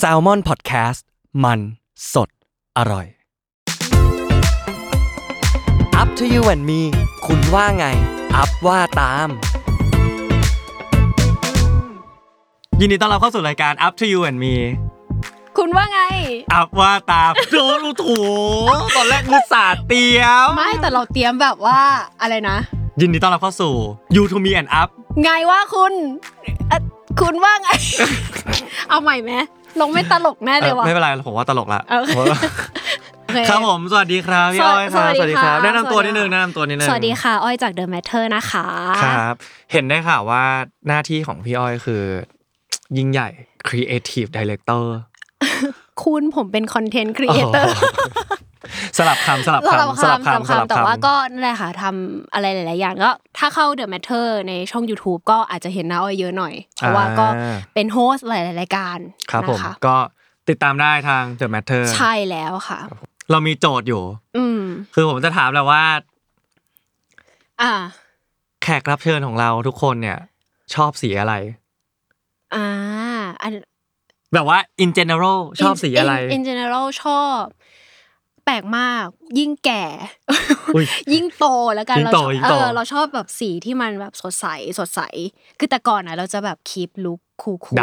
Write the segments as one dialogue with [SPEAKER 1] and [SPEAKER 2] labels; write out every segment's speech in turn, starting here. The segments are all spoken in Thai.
[SPEAKER 1] s a l m o n PODCAST มันสดอร่อย Up to you and me คุณว่าไง อัพว่าตาม
[SPEAKER 2] ยินดีต้อนรับเข้าสู่รายการ Up to You and Me
[SPEAKER 3] คุณว่าไง
[SPEAKER 2] อัพว่าตามโดนโถูตอนแรกมือสาดเตียว
[SPEAKER 3] ไม่แต่เราเตรียมแบบว่าอะไรนะ
[SPEAKER 2] ยินดีต้อนรับเข้าสู่ You to Me and Up
[SPEAKER 3] ไงว่าคุณเอ่อคุณว่า ไง เอาใหม่ไหมลงไม่ตลกแน่เล
[SPEAKER 2] เอ่
[SPEAKER 3] ย
[SPEAKER 2] อ
[SPEAKER 3] วะ
[SPEAKER 2] ไม่เป็นไรผมว่าตลกละ
[SPEAKER 3] โอเค
[SPEAKER 2] ผมว่า
[SPEAKER 3] โอเ
[SPEAKER 2] ครับผม สวัสดีครับพี่
[SPEAKER 3] สวัส
[SPEAKER 2] อ้อยครับ
[SPEAKER 3] สวัสดีค่ะ
[SPEAKER 2] แนะนำตัว
[SPEAKER 3] สวัส
[SPEAKER 2] นิ
[SPEAKER 3] ดี
[SPEAKER 2] ดนึง
[SPEAKER 3] ค่ะ
[SPEAKER 2] แนะนำตัวนิดนึง
[SPEAKER 3] สวัสดีค่ะ อ้อยจาก The Matter นะคะ
[SPEAKER 2] ครับ เห็นได้ค่ะว่าหน้าที่ของพี่อ้อยคือ ยิ่งใหญ่ Creative Director
[SPEAKER 3] คุณผมเป็นคอนเทนต์ครีเอเตอร์
[SPEAKER 2] โโหสลับคำสลับ
[SPEAKER 3] สลับ
[SPEAKER 2] คำ
[SPEAKER 3] คำสลับคำแต่ว่าก็นั่นแหละค่ะทำอะไรหลาย ๆ อย่างก็ถ้าเข้า The Matter ในช่อง YouTube ก็อาจจะเห็นหน้าอ้อยเยอะหน่อย เพราะว่าก็
[SPEAKER 2] อ่า
[SPEAKER 3] เป็นโฮสต์หลาย ๆ รายการ
[SPEAKER 2] ครับผม
[SPEAKER 3] นะคะ
[SPEAKER 2] ก็ติดตามได้ทาง The Matter
[SPEAKER 3] ใช่แล้วค่ะ
[SPEAKER 2] เรามีโจทย์อยู่
[SPEAKER 3] อืม
[SPEAKER 2] คือผมจะถามแหละว่า
[SPEAKER 3] อ่า
[SPEAKER 2] แขกรับเชิญของเราทุกคนเนี่ย ชอบสีอะไร
[SPEAKER 3] อ่าอัน
[SPEAKER 2] แบบว่า in general ชอบ
[SPEAKER 3] in-
[SPEAKER 2] สีอะไร
[SPEAKER 3] in in general ชอบ แปลกมากยิ่งแก่
[SPEAKER 2] อุ๊ย
[SPEAKER 3] ยิ่งโตแล้วกัน
[SPEAKER 2] ยิ่ง
[SPEAKER 3] เรา
[SPEAKER 2] โต
[SPEAKER 3] ชอบ
[SPEAKER 2] ยิ่ง
[SPEAKER 3] เอ
[SPEAKER 2] โต
[SPEAKER 3] อเราชอบแบบสีที่มันแบบสดใสสดใส คือแต่ก่อนอ่ะเราจะแบบคีปลุคคูลๆ
[SPEAKER 2] ด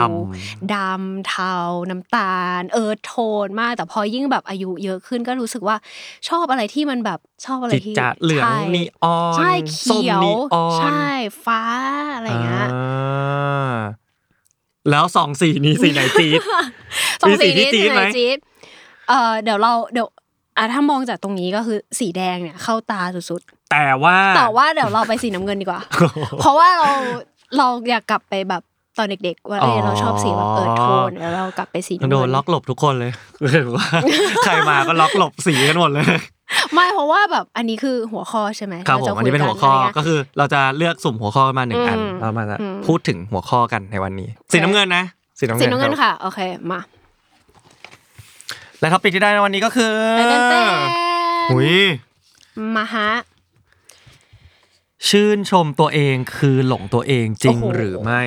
[SPEAKER 3] ดำเทา น้ำตาล เออโทนมาก แต่พอยิ่งแบบอายุเยอะขึ้นก็รู้สึกว่าชอบอะไรที่มันแบบชอบอะไร
[SPEAKER 2] จิต
[SPEAKER 3] ที่
[SPEAKER 2] จัดเหลือง
[SPEAKER 3] ใช่
[SPEAKER 2] นีออน
[SPEAKER 3] ใช่
[SPEAKER 2] ส้
[SPEAKER 3] เขี
[SPEAKER 2] ม
[SPEAKER 3] ยว
[SPEAKER 2] นีออน
[SPEAKER 3] ใช่ฟ้าอะไร
[SPEAKER 2] ำ
[SPEAKER 3] อย่างเงี้ย
[SPEAKER 2] อ่าแล้วสองสีนี้ สีไหนจี๊ด
[SPEAKER 3] สองสี
[SPEAKER 2] มีสีที่
[SPEAKER 3] นี้
[SPEAKER 2] จี๊ด
[SPEAKER 3] สี
[SPEAKER 2] ไห
[SPEAKER 3] ไห
[SPEAKER 2] ม
[SPEAKER 3] นจี๊ดเอ่อเดี๋ยวเราเดี๋ยวอ่ะถ้ามองจากตรงนี้ก็คือสีแดงเนี่ยเข้าตาสุด
[SPEAKER 2] แต่ว่า
[SPEAKER 3] ๆแต่ว่าเดี๋ยวเราไปสีน้ำเงินดีกว่า เพราะว่าเราเราอยากกลับไปแบบตอนเด็กๆว่าเออเราชอบสีแบบเอิร์ธโทนแล้วเรากลับไปสีน้ำ
[SPEAKER 2] โดน
[SPEAKER 3] เงิน
[SPEAKER 2] ล็อกหลบทุกคนเลยคือว่า ใครมาก็ล็อกหลบสีกันหมดเลย
[SPEAKER 3] ไม่เพราะว่าแบบอันนี้คือหัวข้อใช่ไหม
[SPEAKER 2] ครับผ
[SPEAKER 3] าจะ
[SPEAKER 2] มอันนี้เป็นหัวข้อ
[SPEAKER 3] คุยกันะไรเงี้ย
[SPEAKER 2] ก็คือเราจะเลือกสุ่มหัวข้อมาหนึ่งอัน
[SPEAKER 3] อืม
[SPEAKER 2] เรามาจะ
[SPEAKER 3] อืม
[SPEAKER 2] พูดถึงหัวข้อกันในวันนี้ สีน้ำเงินนะสีน้ำเงิ
[SPEAKER 3] สี
[SPEAKER 2] น
[SPEAKER 3] น้ำเงิน
[SPEAKER 2] ครับ
[SPEAKER 3] ค่ะโอเคมา
[SPEAKER 2] และท็อปิกที่ได้ในวันนี้ก็คือ
[SPEAKER 3] เต้นเต้น
[SPEAKER 2] หุย
[SPEAKER 3] มาฮะ
[SPEAKER 2] ชื่นชมตัวเองคือหลงตัวเองจริง
[SPEAKER 3] โอ้โห
[SPEAKER 2] หรือไม่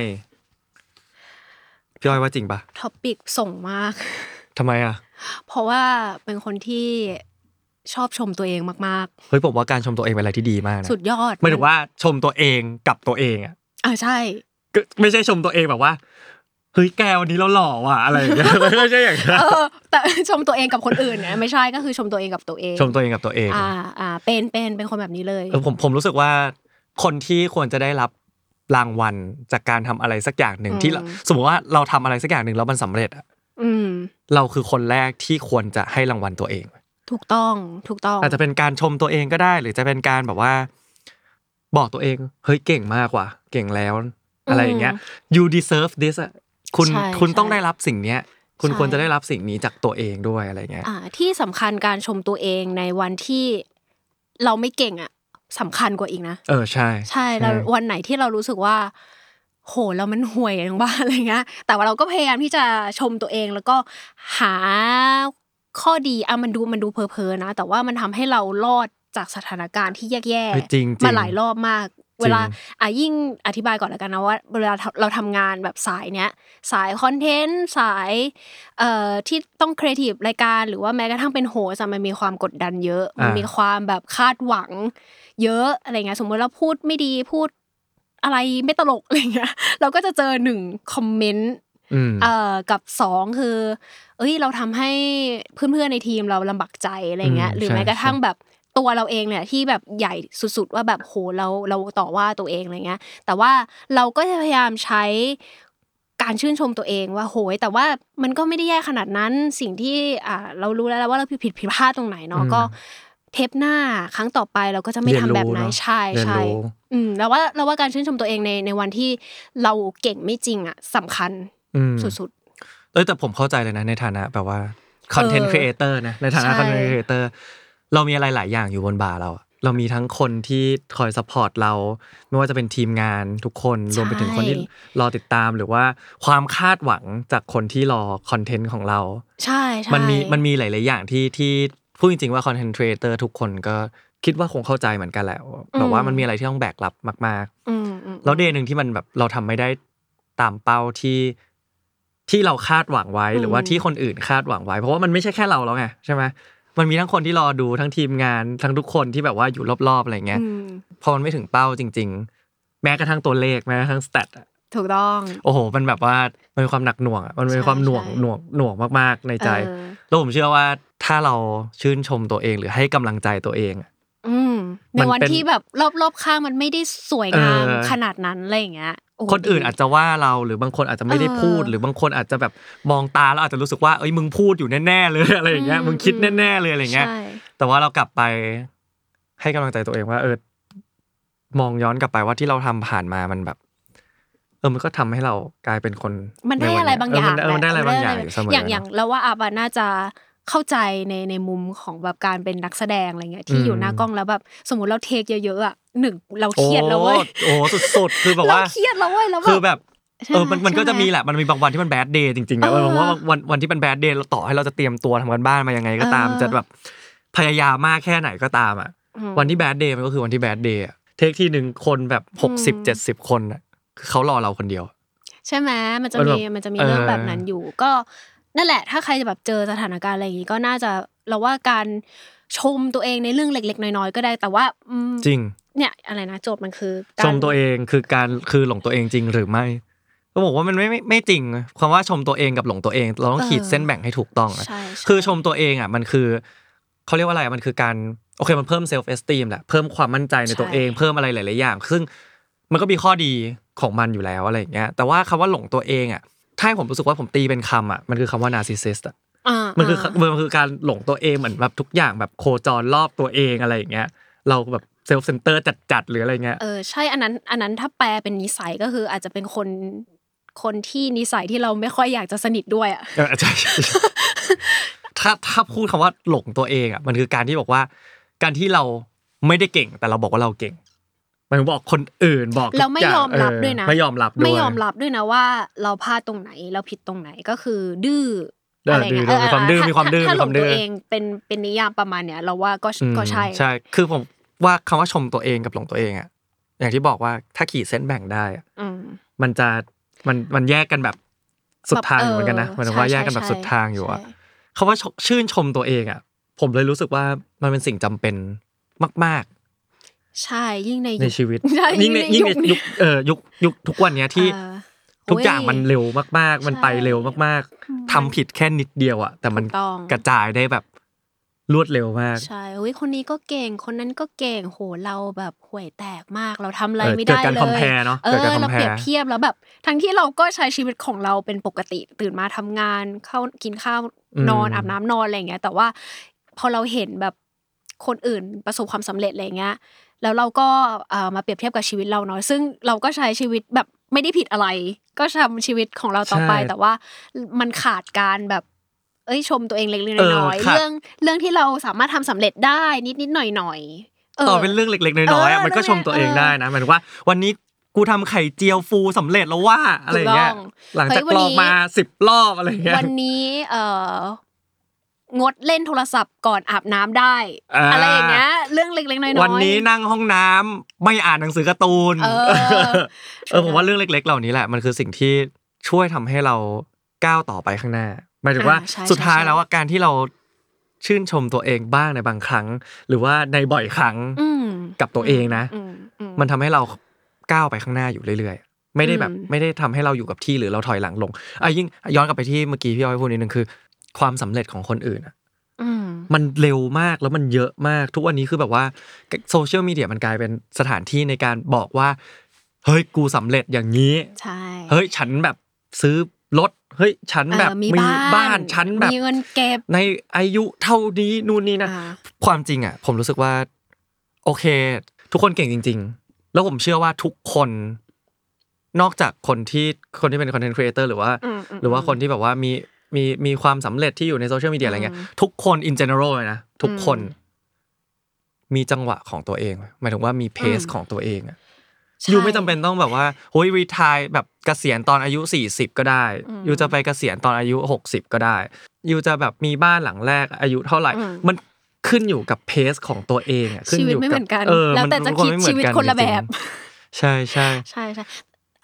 [SPEAKER 2] พี่อ้อยว่าจริงปะ
[SPEAKER 3] ท็อปิกส่งมาก
[SPEAKER 2] ทำไมอ่ะ
[SPEAKER 3] เพราะว่าเป็นคนที่ชอบชมตัวเองมาก
[SPEAKER 2] เฮ้ยผมว่าการชมตัวเองเป็นอะไรที่ดีมาก
[SPEAKER 3] ๆ
[SPEAKER 2] นะ
[SPEAKER 3] สุดยอด
[SPEAKER 2] ไม่ถึงว่าชมตัวเองกับตัวเองอ่ะ
[SPEAKER 3] อ่าใช่
[SPEAKER 2] ก็ไม่ใช่ชมตัวเองแบบว่าเฮ้ยแกวันนี้เราหล่อว่ะอะไรอย่างเงี้ย ไม่ใช่อย่างนั้น
[SPEAKER 3] เออ แต่ ชมตัวเองกับคนอื่นนะไม่ใช่ก็คือชมตัวเองกับตัวเอง
[SPEAKER 2] ชมตัวเองกับตัวเอง
[SPEAKER 3] อ่าอ่าเป็นเป็นเป็นคนแบบนี้เลย
[SPEAKER 2] เออผมผมรู้สึกว่าคนที่ควรจะได้รับรางวัลจากการทำอะไรสักอย่างหนึ่งที่เราสมมติว่าเราทำอะไรสักอย่างหนึ่งแล้วมันสำเร็จอะ
[SPEAKER 3] อืม
[SPEAKER 2] เราคือคนแรกที่ควรจะให้รางวัลตัวเอง
[SPEAKER 3] ถูกต้องถูกต้อง
[SPEAKER 2] อาจจะเป็นการชมตัวเองก็ได้ หรือจะเป็นการแบบว่า บอกตัวเอง เฮ้ยเก่งมากว่ะเก่งแล้ว อะไรอย่างเงี้ย
[SPEAKER 3] ม
[SPEAKER 2] you deserve this อะคุณ
[SPEAKER 3] ใช่
[SPEAKER 2] คุณต้อง
[SPEAKER 3] ใช่
[SPEAKER 2] ได้รับสิ่งเนี้ย คุณ
[SPEAKER 3] ใช่
[SPEAKER 2] ควรจะได้รับสิ่งนี้จากตัวเองด้วยอะไรเงี้ย
[SPEAKER 3] อ่า ที่สำคัญการชมตัวเองในวันที่เราไม่เก่งอ่ะสำคัญกว่าอีกนะ
[SPEAKER 2] เออใช่
[SPEAKER 3] ใช่แล้ว
[SPEAKER 2] ใช่
[SPEAKER 3] วันไหนที่เรารู้สึกว่า โหเรามันห่วยอย่างบ้า อะไรเงี้ยแต่ว่าเราก็พยายามที่จะชมตัวเองแล้วก็หาข้อดีอ่ะมันดูมันดูเพอเพอๆนะ แต่ว่ามันทำให้เรารอดจากสถานการณ์ที่แย่
[SPEAKER 2] เฮ้ยจริงจ
[SPEAKER 3] ๆ
[SPEAKER 2] ริ
[SPEAKER 3] มาง หลายรอบมาก เวลาอ่ะยิ่งอธิบายก่อนแล้วกันนะว่าเวลาเราทำงานแบบสายเนี้ยสายคอนเทนต์สายเอ่อที่ต้องครีเอทีฟรายการหรือว่าแม้กระทั่งเป็นโฮสต์อะมันมีความกดดันเยอะมัน
[SPEAKER 2] อ่ามี
[SPEAKER 3] มีความแบบคาดหวัง เยอะอะไรเงี้ยสมมติเราพูดไม่ดีพูดอะไรไม่ตลกอะไรเงี้ยเราก็จะเจอหนึ่งคอมเมนต์
[SPEAKER 2] อืม
[SPEAKER 3] เอ่อกับสองคือ เอ้ยเราทำให้เพื่อนๆในทีมเราลำบากใจอะไรเงี้ย
[SPEAKER 2] อืม
[SPEAKER 3] หรือ
[SPEAKER 2] ใช่
[SPEAKER 3] แม้กระทั่ง
[SPEAKER 2] ใช่
[SPEAKER 3] แบบตัวเราเองเนี่ยที่แบบใหญ่สุดๆ ว่าแบบโหเราเราต่อว่าตัวเองอะไรเงี้ย แต่ว่าเราก็จะพยายามใช้การชื่นชมตัวเองว่าโหย แต่ว่ามันก็ไม่ได้แย่ขนาดนั้นสิ่งที่อ่าเรารู้แล้วแหละว่าเราผิดผิดผิดพลาดตรงไหนเนาะ
[SPEAKER 2] อืม
[SPEAKER 3] ก็เทปหน้าครั้งต่อไปเราก็จะไม่ทำแบบนั้
[SPEAKER 2] เรีย
[SPEAKER 3] น
[SPEAKER 2] รู้เอะ
[SPEAKER 3] ใช่
[SPEAKER 2] เรียน
[SPEAKER 3] ใช่
[SPEAKER 2] รู้
[SPEAKER 3] อืมแล้วว่าเราว่าการชื่นชมตัวเองในในวันที่เราเก่งไม่จริงอ่ะสำคัญ
[SPEAKER 2] อืม
[SPEAKER 3] สุด
[SPEAKER 2] เอ้ยแต่ผมเข้าใจเลยนะในฐานะแบบว่าคอนเทนต์
[SPEAKER 3] เออ
[SPEAKER 2] ครีเอเตอร์นะในฐานะ
[SPEAKER 3] ใช่
[SPEAKER 2] คอนเทนต์ครีเอเตอร์เรามีอะไรหลายอย่างอยู่บนบ่าเราอะเรามีทั้งคนที่คอยซัพพอร์ตเรา ไม่ว่าจะเป็นทีมงานทุกคนรวมไปถึงคนที่รอติดตามหรือว่าความคาดหวังจากคนที่รอคอนเทนต์ของเรา
[SPEAKER 3] ๆ ใช่ใช่
[SPEAKER 2] มันมีมันมีหลาย ๆ อย่างที่ที่พูดจริง ๆ ว่าคอนเทนต์ครีเอเตอร์ทุกคนก็คิดว่าคงเข้าใจเหมือนกันแหละแต่ว่ามันมีอะไรที่ต้องแบกรับมาก ๆ
[SPEAKER 3] อืมอืม
[SPEAKER 2] แล้วเดย์หนึ่งที่มันแบบเราทำไม่ได้ตามเป้าที่ ที่เราคาดหวังไว้
[SPEAKER 3] อืม
[SPEAKER 2] หรือว่าที่คนอื่นคาดหวังไว้ เพราะว่ามันไม่ใช่แค่เราแล้วไงใช่ไหมมันมีทั้งคนที่รอดูทั้งทีมงานทั้งทุกคนที่แบบว่าอยู่รอบๆอะไรเงี้ย
[SPEAKER 3] อืม
[SPEAKER 2] พอมันไม่ถึงเป้าจริง ๆ แม้กระทั่งตัวเลขแม้กระทั่งสเตต
[SPEAKER 3] ถูกต้อง
[SPEAKER 2] โอ้โหมันแบบว่ามันมีความหนักหน่วงอะมันมีความ
[SPEAKER 3] ใช่
[SPEAKER 2] หน่วง
[SPEAKER 3] ใช่
[SPEAKER 2] หน่วงหน่วงมากๆในใจ
[SPEAKER 3] เออ
[SPEAKER 2] แล้วผมเชื่อว่าถ้าเราชื่นชมตัวเองหรือให้กำลังใจตัวเองอะ
[SPEAKER 3] อืมใน
[SPEAKER 2] มัน
[SPEAKER 3] วัน
[SPEAKER 2] เป็น
[SPEAKER 3] ที่แบบรอบๆข้างมันไม่ได้สวยงาม
[SPEAKER 2] เออ
[SPEAKER 3] ขนาดนั้นอะไรอย่างเงี้ยโโห
[SPEAKER 2] คนอื่น
[SPEAKER 3] ดี
[SPEAKER 2] อาจจะว่าเราหรือบางคนอาจจะไม่ได้
[SPEAKER 3] เออ
[SPEAKER 2] พูด หรือบางคนอาจจะแบบมองตาแล้วอาจจะรู้สึกว่าเอ้ยมึงพูดอยู่แน่ๆเลย อะไรอย่างเงี้ย
[SPEAKER 3] อืม
[SPEAKER 2] มึงคิดแน่ๆเลยอะไรเงี้ย
[SPEAKER 3] ใช่
[SPEAKER 2] แต่ว่าเรากลับไปให้กำลังใจตัวเองว่า เออมองย้อนกลับไปว่าที่เราทำผ่านมามันแบบ เออมันก็ทำให้เรากลายเป็นคน
[SPEAKER 3] มันได้
[SPEAKER 2] ใวั
[SPEAKER 3] อะไรบางอย่าง
[SPEAKER 2] เมันได้เมันได้อะไรบางอย่างอยู่เสมอ
[SPEAKER 3] อ
[SPEAKER 2] อย่าง
[SPEAKER 3] อย่างเราว่าอาบาน่าจะเข้าใจในในมุมของแบบการเป็นนักแสดงอะไรเงี้ยที่อยู่หน้ากล้องแล้วแบบสมมติเราเทคเยอะๆอ่ะหนึ่งเราเครียดแล้วเว้ย
[SPEAKER 2] โอ้โหสุดๆคือแบบ
[SPEAKER 3] เรา
[SPEAKER 2] ว่า
[SPEAKER 3] เครียดแล้วเว้ยแล้ว
[SPEAKER 2] คือแบบ
[SPEAKER 3] ใช่
[SPEAKER 2] เออ มันมันก็
[SPEAKER 3] ใช่
[SPEAKER 2] จะ
[SPEAKER 3] ไห
[SPEAKER 2] มีแหละ มันมีบางวันที่มันแบดเดย์จริงๆนะ
[SPEAKER 3] เออ
[SPEAKER 2] มันว่าวันวันที่เป็นแบดเดย์เราต่อให้เราจะเตรียมตัวทำกันบ้านมายังไงก็ตาม
[SPEAKER 3] เออ
[SPEAKER 2] จะแบบพยายามมากแค่ไหนก็ตามอ่ะ
[SPEAKER 3] อืม
[SPEAKER 2] วันที่แบดเดย์มันก็คือวันที่แบดเดย์อะเทคที่หนึ่งคนแบบหกสิบ
[SPEAKER 3] อืม
[SPEAKER 2] เจ็ดสิบคนอ่ะคือเขารอเราคนเดียว
[SPEAKER 3] ใช่ไหมมันจะ
[SPEAKER 2] มันแบ
[SPEAKER 3] มี
[SPEAKER 2] บ
[SPEAKER 3] มันจะมีเรื่อง
[SPEAKER 2] เออ
[SPEAKER 3] แบบนั้นอยู่ ก็นั่นแหละ ถ้าใครจะแบบเจอสถานการณ์อะไรอย่างนี้ก็น่าจะเราว่าการชมตัวเองในเรื่องเล็ก ๆ น้อยๆก็ได้แต่ว่าอืม
[SPEAKER 2] จริง
[SPEAKER 3] เนี่ยอะไรนะโจทย์มันคือ
[SPEAKER 2] ชมตัวเองคือการคือหลงตัวเองจริงหรือไม่ก็บอกว่ามันไม่ไม่ไม่จริงคำว่าชมตัวเองกับหลงตัวเอง เราต้องขีดเส้นแบ่งให้ถูกต้องนะ
[SPEAKER 3] ใช่ใ
[SPEAKER 2] คือชมตัวเองอ่ะมันคือเขาเรียกว่าอะไรมันคือการโอเคมันเพิ่มเซลฟ์เอสติมแหละเพิ่มความมั่นใจในตัว
[SPEAKER 3] ใช่
[SPEAKER 2] เองเพิ่มอะไรหลายๆอย่าง ซึ่งมันก็มีข้อดีของมันอยู่แล้วอะไรอย่างเงี้ยแต่ว่าคำว่าหลงตัวเองอ่ะถ้าให้ผมรู้สึกว่าผมตีเป็นคำอ่ะมันคือคำว่านาซิซิสต์
[SPEAKER 3] อ่า
[SPEAKER 2] มันคืออา มันคือการหลงตัวเองเหมือนแบบทุกอย่างแบบโคจรรอบตัวเองอะไรอย่างเงี้ยเราแบบเซลฟ์เซนเตอร์จัดๆหรืออะไรเงี้ย
[SPEAKER 3] เออใช่อันนั้นอันนั้นถ้าแปลเป็นนิสัยก็คืออาจจะเป็นคนคนที่นิสัยที่เราไม่ค่อยอยากจะสนิทด้วยอ่ะ
[SPEAKER 2] เออใช่ ใช่ใช่ถ้าถ้าพูดคำว่าหลงตัวเองอ่ะมันคือการที่บอกว่า การที่เราไม่ได้เก่ง แต่เราบอกว่าเราเก่งหมันบอกคนอื่นบอกทุก
[SPEAKER 3] เราไม่
[SPEAKER 2] าง
[SPEAKER 3] ยอมรับ
[SPEAKER 2] เ
[SPEAKER 3] ด้วยนะ
[SPEAKER 2] ไม่ยอมรับด้วย
[SPEAKER 3] ไม่ยอมรับด้วยนะว่าเราพลาดตรงไหนเราผิดตรงไหนก็คือดื้อ
[SPEAKER 2] เออ
[SPEAKER 3] อะไรเงี้ย
[SPEAKER 2] ดื้อมีความดื้อมีความดื้อ
[SPEAKER 3] ถ้า
[SPEAKER 2] มี
[SPEAKER 3] หล
[SPEAKER 2] ความ
[SPEAKER 3] ง
[SPEAKER 2] ดื้อ
[SPEAKER 3] ตัวเองเป็นเป็นนิยามประมาณเนี้ยเราว่าก็
[SPEAKER 2] อืม
[SPEAKER 3] ก็ใช่
[SPEAKER 2] ใช่ คือผมว่าคำว่าชมตัวเองกับหลงตัวเองอ่ะอย่างที่บอกว่าถ้าขีดเส้นแบ่งได้อะ
[SPEAKER 3] อืม
[SPEAKER 2] มันจะมันมันแยกกันแบบสุดทางอยู่เหมือนกันนะหมันว่า
[SPEAKER 3] ใช่
[SPEAKER 2] แยกกันแบบ
[SPEAKER 3] ใช่
[SPEAKER 2] สุดทางอยู่อ่ะ
[SPEAKER 3] ใช่
[SPEAKER 2] คำว่าชชื่นชมตัวเองอ่ะ ผมเลยรู้สึกว่ามันเป็นสิ่งจำเป็นมาก ๆ
[SPEAKER 3] ใช่ยิ่งในยุค
[SPEAKER 2] ในชีวิต
[SPEAKER 3] ใช่
[SPEAKER 2] ยิ่งใน
[SPEAKER 3] ยิ่
[SPEAKER 2] ยิ่ง
[SPEAKER 3] งใน
[SPEAKER 2] ในยุค
[SPEAKER 3] ยุคนี้
[SPEAKER 2] เออยุคยุคทุกวันเนี้ยที่
[SPEAKER 3] เอ่อ
[SPEAKER 2] ทุกอย่าง
[SPEAKER 3] โ
[SPEAKER 2] มันเร็วมาก ๆ มันไปเร็วมากๆทำผิดแค่นิดเดียวอ่ะ แต่มัน
[SPEAKER 3] ถูกต้อง
[SPEAKER 2] กระจายได้แบบรวดเร็วมาก
[SPEAKER 3] ใช่เฮ้ยคนนี้ก็เก่งคนนั้นก็เก่งโหเราแบบห่วยแตกมากเราทำอะไร
[SPEAKER 2] เออ
[SPEAKER 3] ไม่
[SPEAKER 2] เกิ
[SPEAKER 3] ได้
[SPEAKER 2] ดการ
[SPEAKER 3] เล
[SPEAKER 2] คอม
[SPEAKER 3] ย
[SPEAKER 2] เพลเนาะ
[SPEAKER 3] เออ
[SPEAKER 2] เกิดการคอ
[SPEAKER 3] เรา
[SPEAKER 2] มเพล
[SPEAKER 3] เปรียบเทียบแล้วแบบ ทั้งที่เราก็ใช้ชีวิตของเราเป็นปกติตื่นมาทำงานเข้ากินข้าวนอนอาบน้ำนอนอะไรอย่างเงี้ย แต่ว่าพอเราเห็นแบบคนอื่นประสบความสำเร็จอะไรอย่างเงี้ยแล้วเราก็เอ่อมาเปรียบเทียบกับชีวิตเราเนาะซึ่งเราก็ใช้ชีวิตแบบไม่ได้ผิดอะไร ก็ทำชีวิตของเราต่อไป แต่ว่ามันขาดการแบบ เอ้ยชมตัวเองเล็กๆน้อยๆเรื่องเรื่องที่เราสามารถทำสำเร็จได้นิดๆหน่อยๆ
[SPEAKER 2] ต่อเป็นเรื่องเล็ก ๆ น้อยๆอะ
[SPEAKER 3] เออ
[SPEAKER 2] มันก็ชมตัวเอง
[SPEAKER 3] เออ
[SPEAKER 2] ได้นะหมายถึงว่า วันนี้กูทำไข่เจียวฟูสำเร็จแล้วว่าอะไรอย่างเงี้ย
[SPEAKER 3] ถูกต้
[SPEAKER 2] หลังจาก
[SPEAKER 3] เฮ้ยวัน
[SPEAKER 2] กร
[SPEAKER 3] นี้
[SPEAKER 2] อกมาสิบรอบอะไรอย่างเงี้ย
[SPEAKER 3] วันนี้เอ่องดเล่นโทรศัพท์ก่อนอาบน้ำได้
[SPEAKER 2] อ่า
[SPEAKER 3] อะไรอย่างเงี้ยเรื่องเล็กๆน้อยๆ
[SPEAKER 2] วันนี้นั่งห้องน้ำไม่อ่านหนังสือการ์ตูน
[SPEAKER 3] เออ
[SPEAKER 2] เออผมว่าเรื่องเล็ก ๆ เหล่านี้แหละมันคือสิ่งที่ช่วยทำให้เราก้าวต่อไปข้างหน้าหมายถึงว่า
[SPEAKER 3] อ่าใช่
[SPEAKER 2] สุดท้าย
[SPEAKER 3] ใช่
[SPEAKER 2] แล้วอะการที่เราชื่นชมตัวเองบ้างในบางครั้ง หรือว่าในบ่อยครั้ง
[SPEAKER 3] อืม
[SPEAKER 2] กับตัวเองนะ
[SPEAKER 3] อือื
[SPEAKER 2] มันทำให้เราก้าวไปข้างหน้าอยู่เรื่อยๆ ไม่ได้แบบ
[SPEAKER 3] อืม
[SPEAKER 2] ไม่ได้ทำให้เราอยู่กับที่หรือเราถอยหลังลงอ่ะยิ่งย้อนกลับไปที่เมื่อกี้พี่อ้อยพูดนิดนึงคือ ความสำเร็จของคนอื่นอะ
[SPEAKER 3] อืม
[SPEAKER 2] มันเร็วมากแล้วมันเยอะมาก ทุกวันนี้คือแบบว่าโซเชียลมีเดียมันกลายเป็นสถานที่ในการบอกว่า เฮ้ยกูสำเร็จอย่างนี้
[SPEAKER 3] ใช่
[SPEAKER 2] เฮ้ยฉันแบบซื้อรถเฮ้ยฉัน
[SPEAKER 3] เออ
[SPEAKER 2] แบบ
[SPEAKER 3] มี
[SPEAKER 2] บ้านฉันแบบ
[SPEAKER 3] มีเงินเก็บ
[SPEAKER 2] ในอายุเท่านี้นู่นนี่นะ
[SPEAKER 3] อ่า
[SPEAKER 2] ความจริงอ่ะ ผมรู้สึกว่า โอเค ทุกคนเก่งจริง ๆ แล้วผมเชื่อว่าทุกคน นอกจากคนที่คนที่เป็นคอนเทนต์ครีเอเตอร์หรือว่า
[SPEAKER 3] มม
[SPEAKER 2] หรือว่าคนที่แบบว่ามีมีมีความสำเร็จที่อยู่ในโซเชียลมีเดียอะไรเงี้ย
[SPEAKER 3] อืม
[SPEAKER 2] ทุกคน in general เลยนะทุกคน
[SPEAKER 3] อืม
[SPEAKER 2] มีจังหวะของตัวเองหมายถึงว่ามีเพส
[SPEAKER 3] อืม
[SPEAKER 2] ของตัวเองอะ
[SPEAKER 3] ใช่
[SPEAKER 2] ยูไม่จำเป็นต้องแบบว่าโฮ้ยรีทายแบบเกษียณตอนอายุ 40 ก็ได้
[SPEAKER 3] อืม
[SPEAKER 2] ยูจะไปเกษียณตอนอายุ 60 ก็ได้ยูจะแบบมีบ้านหลังแรกอายุเท่าไหร่
[SPEAKER 3] อืม
[SPEAKER 2] มันขึ้นอยู่กับเพสของตัวเองอะขึ้น
[SPEAKER 3] ชีวิ
[SPEAKER 2] อ
[SPEAKER 3] ต
[SPEAKER 2] ยู่
[SPEAKER 3] ไม่เห
[SPEAKER 2] กั
[SPEAKER 3] มือนกัน
[SPEAKER 2] เออ
[SPEAKER 3] แล้ว
[SPEAKER 2] มัน
[SPEAKER 3] แต่จะ
[SPEAKER 2] ทุกน
[SPEAKER 3] คิด
[SPEAKER 2] ไม่เหมือ
[SPEAKER 3] ชีวิต
[SPEAKER 2] กั
[SPEAKER 3] คน
[SPEAKER 2] จ
[SPEAKER 3] ละแบ
[SPEAKER 2] ริงๆ
[SPEAKER 3] บ
[SPEAKER 2] ใช่ใช่
[SPEAKER 3] ใช่ใช่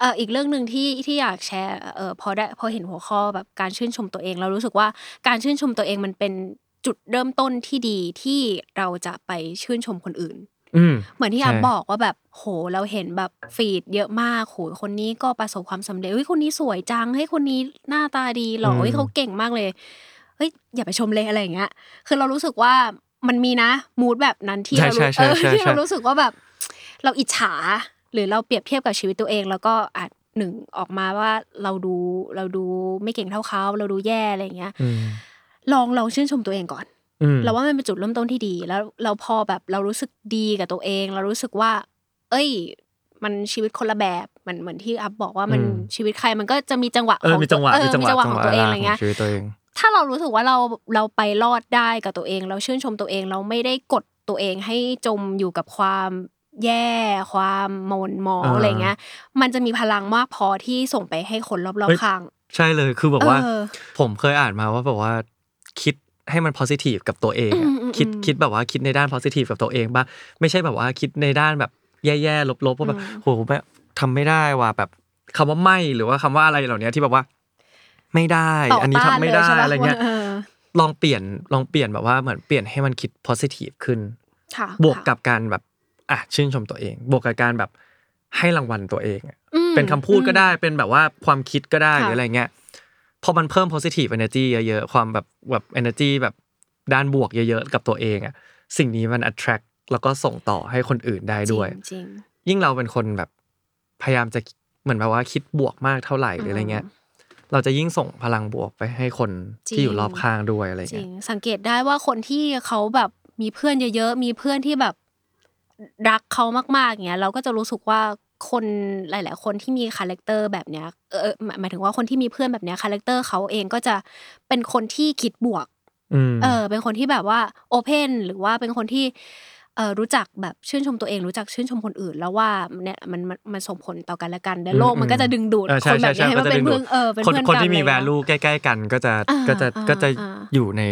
[SPEAKER 3] เอออีกเรื่องหนึ่งที่ที่อยากแชร์เออพอได้พอเห็นหัวข้อแบบการชื่นชมตัวเองเรารู้สึกว่าการชื่นชมตัวเองมันเป็นจุดเริ่มต้นที่ดีที่เราจะไปชื่นชมคนอื่น
[SPEAKER 2] อืม
[SPEAKER 3] เหมือนที่อา
[SPEAKER 2] ใช่
[SPEAKER 3] บอกว่าแบบโหเราเห็นแบบฟีดเยอะมากโหคนนี้ก็ประสบความสำเร็จเฮ้ยคนนี้สวยจังเฮ้ยคนนี้หน้าตาดีหรอเฮ้ยเขาเก่งมากเลยเฮ้ยอย่าไปชมเลยอะไรอย่างเงี้ยคือเรารู้สึกว่ามันมีนะมูดแบบนั้นที่
[SPEAKER 2] ใช่
[SPEAKER 3] เรารู้
[SPEAKER 2] ใช่
[SPEAKER 3] เออ
[SPEAKER 2] ใช่ใช่
[SPEAKER 3] ที่เรา
[SPEAKER 2] ใช่
[SPEAKER 3] รู้สึกว่าแบบ เราอิจฉา หรือเราเปรียบเทียบกับชีวิตตัวเอง แล้วก็อาจหนึ่งออกมาว่าเราดูเราดูไม่เก่งเท่าเขาเราดูแย่อะไรอย่างเงี้ย
[SPEAKER 2] อืม
[SPEAKER 3] ลองลองชื่นชมตัวเองก่อน
[SPEAKER 2] อืม
[SPEAKER 3] เราว่ามันเป็นจุดเริ่มต้นที่ดีแล้วเราพอแบบเรารู้สึกดีกับตัวเอง เรารู้สึกว่า เอ้ย มันชีวิตคนละแบบมันเหมือนที่อัพบอกว่ามัน
[SPEAKER 2] อืม
[SPEAKER 3] ชีวิตใครมันก็จะมีจังหวะ
[SPEAKER 2] เอ
[SPEAKER 3] ข
[SPEAKER 2] อ
[SPEAKER 3] อง
[SPEAKER 2] มีจังหวะ
[SPEAKER 3] เออ
[SPEAKER 2] มีจังหวะ
[SPEAKER 3] มีจังหวะของตัวเองอะไรเงี้ย
[SPEAKER 2] ชีวิตตัวเอง
[SPEAKER 3] ถ้าเรารู้สึกว่าเราเราไปรอดได้กับตัวเอง เราชื่นชมตัวเองเราไม่ได้กดตัวเองให้จมอยู่กับความแย่ความหม่นหมองอะไรเงี้ย มันจะมีพลังมากพอที่ส่งไปให้คนรอบๆข้าง
[SPEAKER 2] ใช่เลยคือแบบว่า
[SPEAKER 3] เออ
[SPEAKER 2] ผมเคยอ่านมาว่าแบบว่าคิดให้มัน positive กับตัวเองอะ
[SPEAKER 3] อืมอืม
[SPEAKER 2] คิด
[SPEAKER 3] อืม
[SPEAKER 2] คิดแบบว่าคิดในด้าน positive กับตัวเองบ้างไม่ใช่แบบว่าคิดในด้านแบบแย่ๆลบๆว่าแบบ
[SPEAKER 3] อืม
[SPEAKER 2] โหไม่ทำไม่ได้ว่ะแบบคำว่าไม่หรือว่าคำว่าอะไรเหล่านี้ที่แบบว่า ไม่ได้
[SPEAKER 3] ต่อ
[SPEAKER 2] อันนี้
[SPEAKER 3] ต้า
[SPEAKER 2] ทำ
[SPEAKER 3] น
[SPEAKER 2] ไม่
[SPEAKER 3] เล
[SPEAKER 2] ได้
[SPEAKER 3] ยใช่ปะ
[SPEAKER 2] อะไรเงี้ย
[SPEAKER 3] เออ
[SPEAKER 2] ลองเปลี่ยนลองเปลี่ยนแบบว่าเหมือนเปลี่ยนให้มันคิด positive ขึ้น
[SPEAKER 3] ค่ะ
[SPEAKER 2] บวกกับการแบบอ่ะชื่นชมตัวเอง บวกกับการแบบให้รางวัลตัวเองอะ
[SPEAKER 3] อืม
[SPEAKER 2] เป็นคำพูดก็ได้เป็นแบบว่าความคิดก็ได้ห
[SPEAKER 3] ค่ะ
[SPEAKER 2] รืออะไรเงี้ยพอมันเพิ่ม positive energy เยอะๆ ความแบบแบบ energy แบบด้านบวกเยอะๆ กับตัวเองอะสิ่งนี้มัน attract แล้วก็ส่งต่อให้คนอื่นได้ด้วย
[SPEAKER 3] จริงจริง
[SPEAKER 2] ยิ่งเราเป็นคนแบบพยายามจะเหมือนแบบว่าคิดบวกมากเท่าไหร่หรืออะไรเงี้ยเราจะยิ่งส่งพลังบวกไปให้คน
[SPEAKER 3] จริ
[SPEAKER 2] ที่
[SPEAKER 3] ง
[SPEAKER 2] อยู่รอบข้างด้วยอะไร
[SPEAKER 3] จริ
[SPEAKER 2] เงี้
[SPEAKER 3] ง
[SPEAKER 2] ย
[SPEAKER 3] สังเกตได้ว่าคนที่เขาแบบมีเพื่อนเยอะๆ มีเพื่อนที่แบบรักเขามากๆเงี้ยเราก็จะรู้สึกว่าคนหลาย ๆ คนที่มีคาแรคเตอร์แบบเนี้ยเออหมายหมายถึงว่าคนที่มีเพื่อนแบบเนี้ยคาแรคเตอร์เขาเองก็จะเป็นคนที่คิดบวก
[SPEAKER 2] อืม
[SPEAKER 3] เออเป็นคนที่แบบว่าโอเพนหรือว่าเป็นคนที่เออรู้จักแบบชื่นชมตัวเอง รู้จักชื่นชมคนอื่น แล้วว่าเนี่ยมันมันมันส่งผลต่อกันและกันและโลก
[SPEAKER 2] อืม
[SPEAKER 3] มันก็จะดึงดูด
[SPEAKER 2] เออใช่
[SPEAKER 3] คนแบบ
[SPEAKER 2] ใช่
[SPEAKER 3] นี้ให้
[SPEAKER 2] ก็
[SPEAKER 3] มา
[SPEAKER 2] จะ
[SPEAKER 3] เป็น
[SPEAKER 2] ดึงดู
[SPEAKER 3] เพื่อ
[SPEAKER 2] ด
[SPEAKER 3] นเออเป็น
[SPEAKER 2] คน
[SPEAKER 3] เพื่อน
[SPEAKER 2] คน
[SPEAKER 3] กั
[SPEAKER 2] ที่มี
[SPEAKER 3] อะไรเงี้ย
[SPEAKER 2] value ใกล้ ๆ กันก็จะ
[SPEAKER 3] อ่า
[SPEAKER 2] ก็จะ
[SPEAKER 3] อ่า
[SPEAKER 2] ก็จะ
[SPEAKER 3] อ่า
[SPEAKER 2] อยู่ใน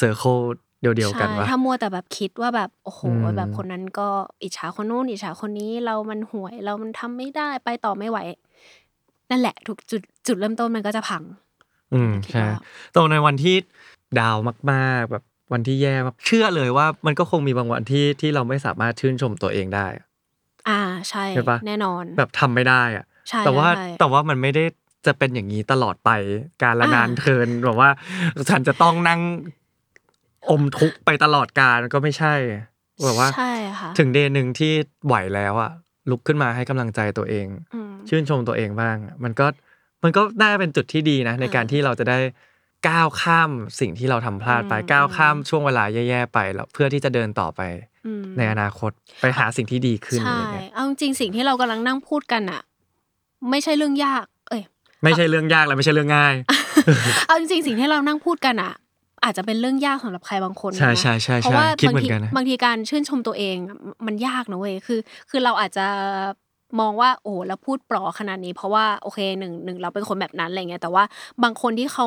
[SPEAKER 2] circle เดียวๆกัน
[SPEAKER 3] ใช่
[SPEAKER 2] วะ
[SPEAKER 3] ถ้ามัวแต่แบบคิดว่าแบบโอ้โห
[SPEAKER 2] อืม
[SPEAKER 3] แบบคนนั้นก็อิจฉาคนนู้นอิจฉาคนนี้เรามันห่วยเรามันทำไม่ได้ไปต่อไม่ไหว นั่นแหละถูกจุดจุดเริ่มต้นมันก็จะพัง
[SPEAKER 2] อืม
[SPEAKER 3] คิด
[SPEAKER 2] ใช่
[SPEAKER 3] ว่า
[SPEAKER 2] ตรงในวันที่ดาวมากๆ แบบวันที่แย่มากเชื่อเลยว่ามันก็คงมีบางวันที่ที่เราไม่สามารถชื่นชมตัวเองได้
[SPEAKER 3] อ่าใช่
[SPEAKER 2] ใช่ปะ
[SPEAKER 3] แน่นอน
[SPEAKER 2] แบบทำไม่ได้อะ
[SPEAKER 3] ใช่
[SPEAKER 2] แต่ว่า
[SPEAKER 3] ใช่
[SPEAKER 2] แต่ว่ามันไม่ได้จะเป็นอย่างนี้ตลอดไปการละ
[SPEAKER 3] อ่าน
[SPEAKER 2] นานเทินแบบว่า ฉันจะต้องนั่งอมทุกข์ไปตลอดการก็ไม่ใช่แบบว่า
[SPEAKER 3] ใช่ค่ะ
[SPEAKER 2] ถึงเดย์หนึ่งที่ไหวแล้วอะลุกขึ้นมาให้กำลังใจตัวเอง
[SPEAKER 3] อืม
[SPEAKER 2] ชื่นชมตัวเองบ้าง มันก็มันก็น่าเป็นจุดที่ดีนะ ในการที่เราจะได้ก้าวข้ามสิ่งที่เราทำพลาดไป
[SPEAKER 3] อืม
[SPEAKER 2] ก้าวข้ามช่วงเวลาแย่ๆไปแล้วเพื่อที่จะเดินต่อไป
[SPEAKER 3] อืม
[SPEAKER 2] ในอนาคตไปหาสิ่งที่ดีขึ้นอะไร
[SPEAKER 3] ใช่
[SPEAKER 2] เงี้ย
[SPEAKER 3] เอาจริงๆสิ่งที่เรากำลังนั่งพูดกันอะไม่ใช่เรื่องยาก เอ้ย
[SPEAKER 2] ไม่ใช่เรื่องยากและไม่ใช่เรื่องง่าย
[SPEAKER 3] เอาจริงๆสิ่งที่เรานั่งพูดกันอะอาจจะเป็นเรื่องยากสำหรับใครบางคน
[SPEAKER 2] ใช่
[SPEAKER 3] นะ
[SPEAKER 2] ใช่ใช่
[SPEAKER 3] เพ
[SPEAKER 2] ใช่
[SPEAKER 3] ราะว่า
[SPEAKER 2] คิด
[SPEAKER 3] บาง
[SPEAKER 2] เหมือ
[SPEAKER 3] ที
[SPEAKER 2] นกันนะ
[SPEAKER 3] บางทีการชื่นชมตัวเองอะมันยากนะเว้ยคือ คือเราอาจจะมองว่าโอ้โหเราพูดปลอขนาดนี้ เพราะว่าโอเคหนึ่งหนึ่งเราเป็นคนแบบนั้นอะไรเงี้ยแต่ว่าบางคนที่เขา